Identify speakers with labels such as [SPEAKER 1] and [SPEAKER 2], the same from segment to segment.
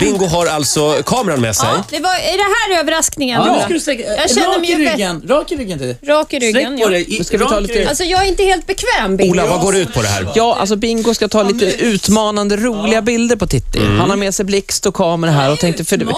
[SPEAKER 1] Bingo har alltså kameran med sig.
[SPEAKER 2] Det var, är det här överraskningen?
[SPEAKER 3] Ja,
[SPEAKER 2] då?
[SPEAKER 3] nu ska du sträcka,
[SPEAKER 2] Jag känner
[SPEAKER 3] rak
[SPEAKER 2] mig
[SPEAKER 3] i
[SPEAKER 2] ju bä-
[SPEAKER 3] ryggen. Rak i ryggen till.
[SPEAKER 2] Rak i ryggen.
[SPEAKER 3] Sträck på
[SPEAKER 2] ja.
[SPEAKER 3] dig.
[SPEAKER 4] Nu ska vi ta
[SPEAKER 3] Rak i
[SPEAKER 4] lite-
[SPEAKER 3] ryggen.
[SPEAKER 2] Alltså, jag är inte helt bekväm, Bingo.
[SPEAKER 1] Ola, vad går det ut på det här?
[SPEAKER 4] Ja, alltså Bingo ska ta lite utmanande, roliga bilder på Titti. Han har med sig blixt och kamera här och tänkte... För,
[SPEAKER 2] Utmanande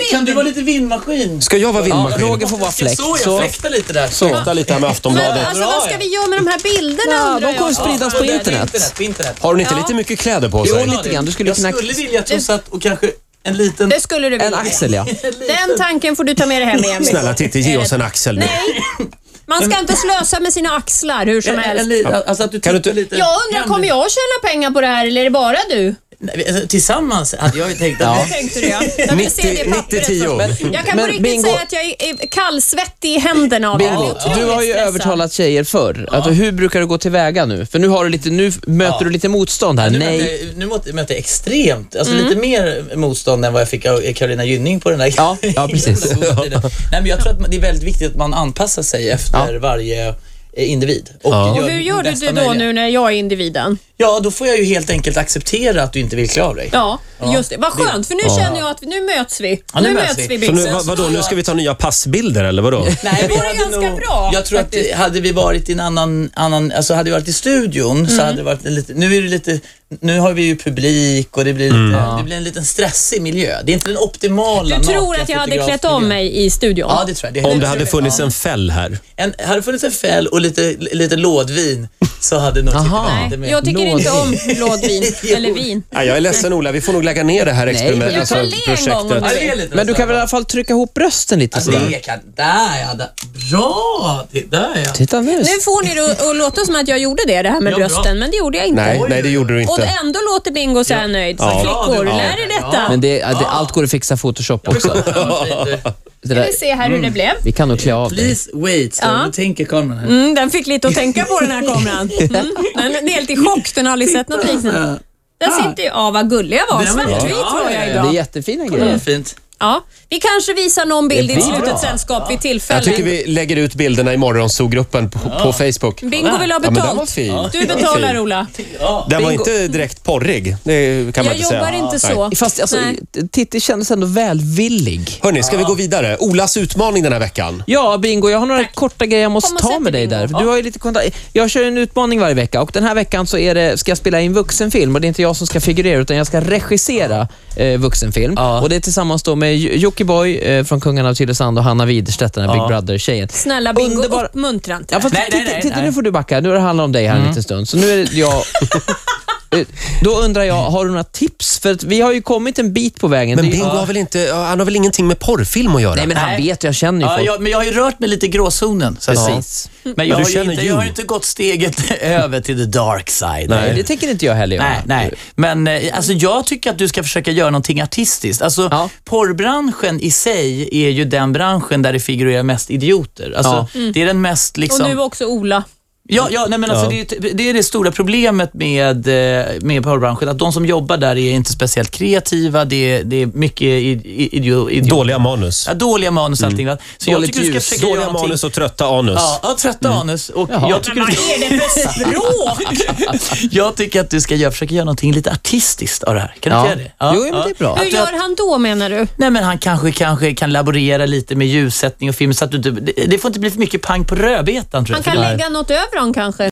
[SPEAKER 3] Eh, Kan du vara lite vindmaskin?
[SPEAKER 1] Ska jag vara
[SPEAKER 4] ja,
[SPEAKER 1] vindmaskin?
[SPEAKER 4] Roger får vara fläkt.
[SPEAKER 3] Så, jag
[SPEAKER 4] Så,
[SPEAKER 3] fläktar lite där.
[SPEAKER 4] så.
[SPEAKER 1] Titta lite här med
[SPEAKER 2] Men
[SPEAKER 1] Aftonbladet.
[SPEAKER 2] alltså, vad ska vi göra med de här bilderna
[SPEAKER 4] Ja,
[SPEAKER 2] undrar
[SPEAKER 4] de kommer
[SPEAKER 2] jag?
[SPEAKER 4] spridas på
[SPEAKER 3] Ja,
[SPEAKER 4] internet.
[SPEAKER 3] På internet.
[SPEAKER 1] Har hon inte
[SPEAKER 2] Ja.
[SPEAKER 1] lite mycket kläder på
[SPEAKER 4] Jo,
[SPEAKER 1] sig?
[SPEAKER 4] lite grann. Du skulle
[SPEAKER 3] jag
[SPEAKER 4] kunna-
[SPEAKER 3] skulle vilja att hon satt och kanske en liten...
[SPEAKER 2] Det skulle du
[SPEAKER 4] En
[SPEAKER 2] vilja.
[SPEAKER 4] axel, ja.
[SPEAKER 2] Den tanken får du ta med dig hem igen. Bingo.
[SPEAKER 1] Snälla Titti, ge oss en axel nu.
[SPEAKER 2] Nej, man ska inte slösa med sina axlar hur som
[SPEAKER 3] En, en,
[SPEAKER 2] helst.
[SPEAKER 3] li- alltså att du
[SPEAKER 1] Kan du
[SPEAKER 3] tittar
[SPEAKER 1] inte-
[SPEAKER 3] lite...
[SPEAKER 2] Jag undrar, kommer jag tjäna pengar på det här eller är det bara du?
[SPEAKER 3] Nej, vi- alltså, Tillsammans hade jag ju tänkt att...
[SPEAKER 4] Ja.
[SPEAKER 2] Tänkte du ja. Jag vill se det
[SPEAKER 1] 90,
[SPEAKER 2] pappret
[SPEAKER 1] 90 10.
[SPEAKER 2] först. Jag kan
[SPEAKER 4] Men
[SPEAKER 2] på riktigt
[SPEAKER 4] Bingo-
[SPEAKER 2] säga att jag är- är kallsvettig i händerna av det här. Jag är
[SPEAKER 4] Bingo,
[SPEAKER 2] otroligt
[SPEAKER 4] du har ju
[SPEAKER 2] stressad.
[SPEAKER 4] övertalat tjejer förr. Alltså, hur brukar du gå tillväga nu? För nu, har du lite, nu möter du lite motstånd här.
[SPEAKER 3] Nu
[SPEAKER 4] Nej. Mm.
[SPEAKER 3] möter, nu möter- möter jag extremt, alltså lite mer motstånd än vad jag fick av Carolina Gynning på den där
[SPEAKER 4] Ja, ja, precis.
[SPEAKER 3] den där tiden. Nej, men jag tror att det är väldigt viktigt att man anpassar sig efter varje eh, individ. Och,
[SPEAKER 1] Ja.
[SPEAKER 2] Och hur gör
[SPEAKER 3] det
[SPEAKER 2] du
[SPEAKER 3] bästa
[SPEAKER 2] då
[SPEAKER 3] möjliga.
[SPEAKER 2] nu när jag är individen?
[SPEAKER 3] Ja, då får jag ju helt enkelt acceptera att du inte vill klä av dig.
[SPEAKER 2] Ja, just det. Vad skönt, för nu känner jag att nu möts vi.
[SPEAKER 3] Ja,
[SPEAKER 2] nu, möts vi,
[SPEAKER 1] Så
[SPEAKER 2] Bingo.
[SPEAKER 1] nu, vad, vadå, nu ska vi ta nya passbilder eller vadå?
[SPEAKER 3] Nej,
[SPEAKER 2] Det vore ganska bra,
[SPEAKER 3] Jag tror
[SPEAKER 2] faktiskt.
[SPEAKER 3] att hade vi varit i en annan, annan alltså hade vi varit i studion så
[SPEAKER 2] Mm.
[SPEAKER 3] hade det varit en lite, nu är det lite, nu har vi ju publik och det blir, lite,
[SPEAKER 4] Mm.
[SPEAKER 3] det blir en liten stressig miljö. Det är inte den optimala
[SPEAKER 2] Du tror att jag hade klätt om
[SPEAKER 3] miljön.
[SPEAKER 2] mig i studion?
[SPEAKER 3] Ja, det tror jag. Det
[SPEAKER 1] Om det hade funnits en fäll här.
[SPEAKER 3] en, hade det funnits en fäll och lite, lite lådvin så hade nog Titti
[SPEAKER 4] Aha.
[SPEAKER 3] varit lite
[SPEAKER 2] Nej,
[SPEAKER 3] mer.
[SPEAKER 2] jag tycker inte
[SPEAKER 4] Låd.
[SPEAKER 2] om blådvin eller vin.
[SPEAKER 1] Nej, jag är ledsen Ola, vi får nog lägga ner det här experimentet.
[SPEAKER 2] jag kan
[SPEAKER 1] alltså,
[SPEAKER 2] le en gång om
[SPEAKER 1] projektet.
[SPEAKER 3] Ja, det är lite
[SPEAKER 4] Men du kan väl i
[SPEAKER 3] nästan.
[SPEAKER 4] alla fall trycka ihop rösten lite sådär?
[SPEAKER 3] Alltså, Det kan, där ja, där. bra! Det, där ja.
[SPEAKER 4] Titta nu.
[SPEAKER 2] Nu får ni det att- att låta som att jag gjorde det, det här med
[SPEAKER 3] Ja, bra.
[SPEAKER 2] brösten, men det gjorde jag inte.
[SPEAKER 1] Nej, nej, det gjorde du
[SPEAKER 2] Och
[SPEAKER 1] inte.
[SPEAKER 2] ändå låter Bingo så här nöjd. Så
[SPEAKER 1] Ja.
[SPEAKER 2] flickor,
[SPEAKER 3] Ja, det-
[SPEAKER 2] lär er
[SPEAKER 3] ja.
[SPEAKER 2] detta.
[SPEAKER 4] Men det, det, allt går att fixa Photoshop också. Det
[SPEAKER 2] Ska
[SPEAKER 4] där,
[SPEAKER 2] vi se här hur det blev.
[SPEAKER 4] vi kan nog klä av dig.
[SPEAKER 3] Please wait, så
[SPEAKER 2] Ja.
[SPEAKER 3] nu tänker kameran här.
[SPEAKER 2] Mm, den fick lite att tänka på den här kameran. Mm. Den den är helt i chock, den har aldrig sett något liknande. Där sitter jag. Ja, vad gullig jag var.
[SPEAKER 3] Den var bra.
[SPEAKER 2] Svartvit
[SPEAKER 3] Ja,
[SPEAKER 2] var
[SPEAKER 3] ja,
[SPEAKER 2] jag
[SPEAKER 3] ja.
[SPEAKER 4] Det är
[SPEAKER 2] idag.
[SPEAKER 4] jättefina
[SPEAKER 3] Det är
[SPEAKER 4] grejer.
[SPEAKER 3] fint.
[SPEAKER 2] Ja, vi kanske visar någon bild i
[SPEAKER 4] blir
[SPEAKER 2] slutet sällskap vid
[SPEAKER 1] Jag tycker
[SPEAKER 2] tillfälle.
[SPEAKER 1] vi lägger ut bilderna i morgonsågruppen på, på Facebook.
[SPEAKER 2] Bingo vill
[SPEAKER 1] Ja,
[SPEAKER 2] ha
[SPEAKER 1] men den var
[SPEAKER 2] betalt.
[SPEAKER 1] fin.
[SPEAKER 2] Du betalar Ola.
[SPEAKER 1] Den var
[SPEAKER 4] Bingo.
[SPEAKER 1] inte direkt porrig, det kan man
[SPEAKER 2] Jag
[SPEAKER 1] inte säga.
[SPEAKER 2] jobbar inte
[SPEAKER 1] Nej.
[SPEAKER 2] så.
[SPEAKER 4] Fast alltså,
[SPEAKER 2] Nej.
[SPEAKER 4] Titti kändes ändå välvillig.
[SPEAKER 1] Hörni, ska vi gå vidare? Olas utmaning den här veckan.
[SPEAKER 4] Ja, Bingo, jag har några korta grejer jag
[SPEAKER 2] Kom
[SPEAKER 4] måste
[SPEAKER 2] och
[SPEAKER 4] ta
[SPEAKER 2] sätt
[SPEAKER 4] med dig
[SPEAKER 2] dig,
[SPEAKER 4] där.
[SPEAKER 2] Bingo.
[SPEAKER 4] Du har ju lite kontakt. Jag kör ju en utmaning varje vecka och den här veckan så är det, ska jag spela in vuxenfilm och det är inte jag som ska figurera utan jag ska regissera eh, vuxenfilm.
[SPEAKER 3] Ja.
[SPEAKER 4] Och det är tillsammans då med Jo- Jockiboi eh, från Kungarna av Tylösand och Hanna Widerstedt, den här Big Brother-tjejen.
[SPEAKER 2] Snälla Bingo,
[SPEAKER 4] Underbar-
[SPEAKER 2] uppmuntra inte.
[SPEAKER 4] Ja, fast
[SPEAKER 3] Nej, nej,
[SPEAKER 4] titta,
[SPEAKER 3] nej,
[SPEAKER 4] titta,
[SPEAKER 3] nej. Mm.
[SPEAKER 4] nu får du backa. Nu har det handlat om dig här en liten stund. Så nu är det jag... Eh, Då undrar jag, har du några tips? För att vi har ju kommit en bit på vägen.
[SPEAKER 1] Men
[SPEAKER 4] Det är ju-
[SPEAKER 1] Bingo har väl inte, ja, han har väl ingenting med porrfilm att göra?
[SPEAKER 4] Nej, men han
[SPEAKER 3] Nej.
[SPEAKER 4] vet, jag känner ju
[SPEAKER 3] Ja,
[SPEAKER 4] folk.
[SPEAKER 3] jag, men jag har ju rört mig lite i gråzonen. Så att säga.
[SPEAKER 4] Precis.
[SPEAKER 3] Men jag
[SPEAKER 1] du
[SPEAKER 3] har, ju
[SPEAKER 1] känner
[SPEAKER 3] inte, jag har
[SPEAKER 1] you.
[SPEAKER 3] ju inte gått steget över till the dark side.
[SPEAKER 1] Nej.
[SPEAKER 4] Det tänker inte jag heller göra.
[SPEAKER 3] Nej, nej. Men eh, alltså, jag tycker att du ska försöka göra någonting artistiskt. Alltså,
[SPEAKER 4] Ja.
[SPEAKER 3] Porrbranschen i sig är ju den branschen där det figurerar mest idioter. Alltså, Det är den mest
[SPEAKER 2] Mm. Och
[SPEAKER 3] liksom...
[SPEAKER 2] nu också Ola.
[SPEAKER 3] Ja, ja, nej, men alltså, Det, är, ju- det är det stora problemet med, eh, med porrbranschen, att de som jobbar där är inte speciellt kreativa. Det är, det är mycket i- i- idio, idio,
[SPEAKER 1] Dåliga manus.
[SPEAKER 3] ja, dåliga manus och allting. va? Så
[SPEAKER 4] Mm. Dåligt
[SPEAKER 3] jag tycker du
[SPEAKER 4] ljus,
[SPEAKER 3] ska försöka göra
[SPEAKER 1] Dåliga
[SPEAKER 3] någonting.
[SPEAKER 1] manus och trötta anus.
[SPEAKER 3] Ja, ja, trötta
[SPEAKER 4] Mm.
[SPEAKER 3] anus. Och jag, tycker
[SPEAKER 2] Vad
[SPEAKER 3] du,
[SPEAKER 2] är det för språk?
[SPEAKER 3] jag tycker att du ska göra, försöka göra någonting lite artistiskt av det här. Kan du
[SPEAKER 4] Ja.
[SPEAKER 3] inte göra det?
[SPEAKER 4] Jo, men det är bra.
[SPEAKER 2] Hur
[SPEAKER 3] Att du-
[SPEAKER 2] gör han då menar du?
[SPEAKER 3] Nej, men han kanske, kanske kan laborera lite typ- med ljussättning och film så att du inte, det, det får inte bli för mycket pang på rödbetan tror jag.
[SPEAKER 2] Han kan
[SPEAKER 3] för det-
[SPEAKER 2] lägga något över dem kanske?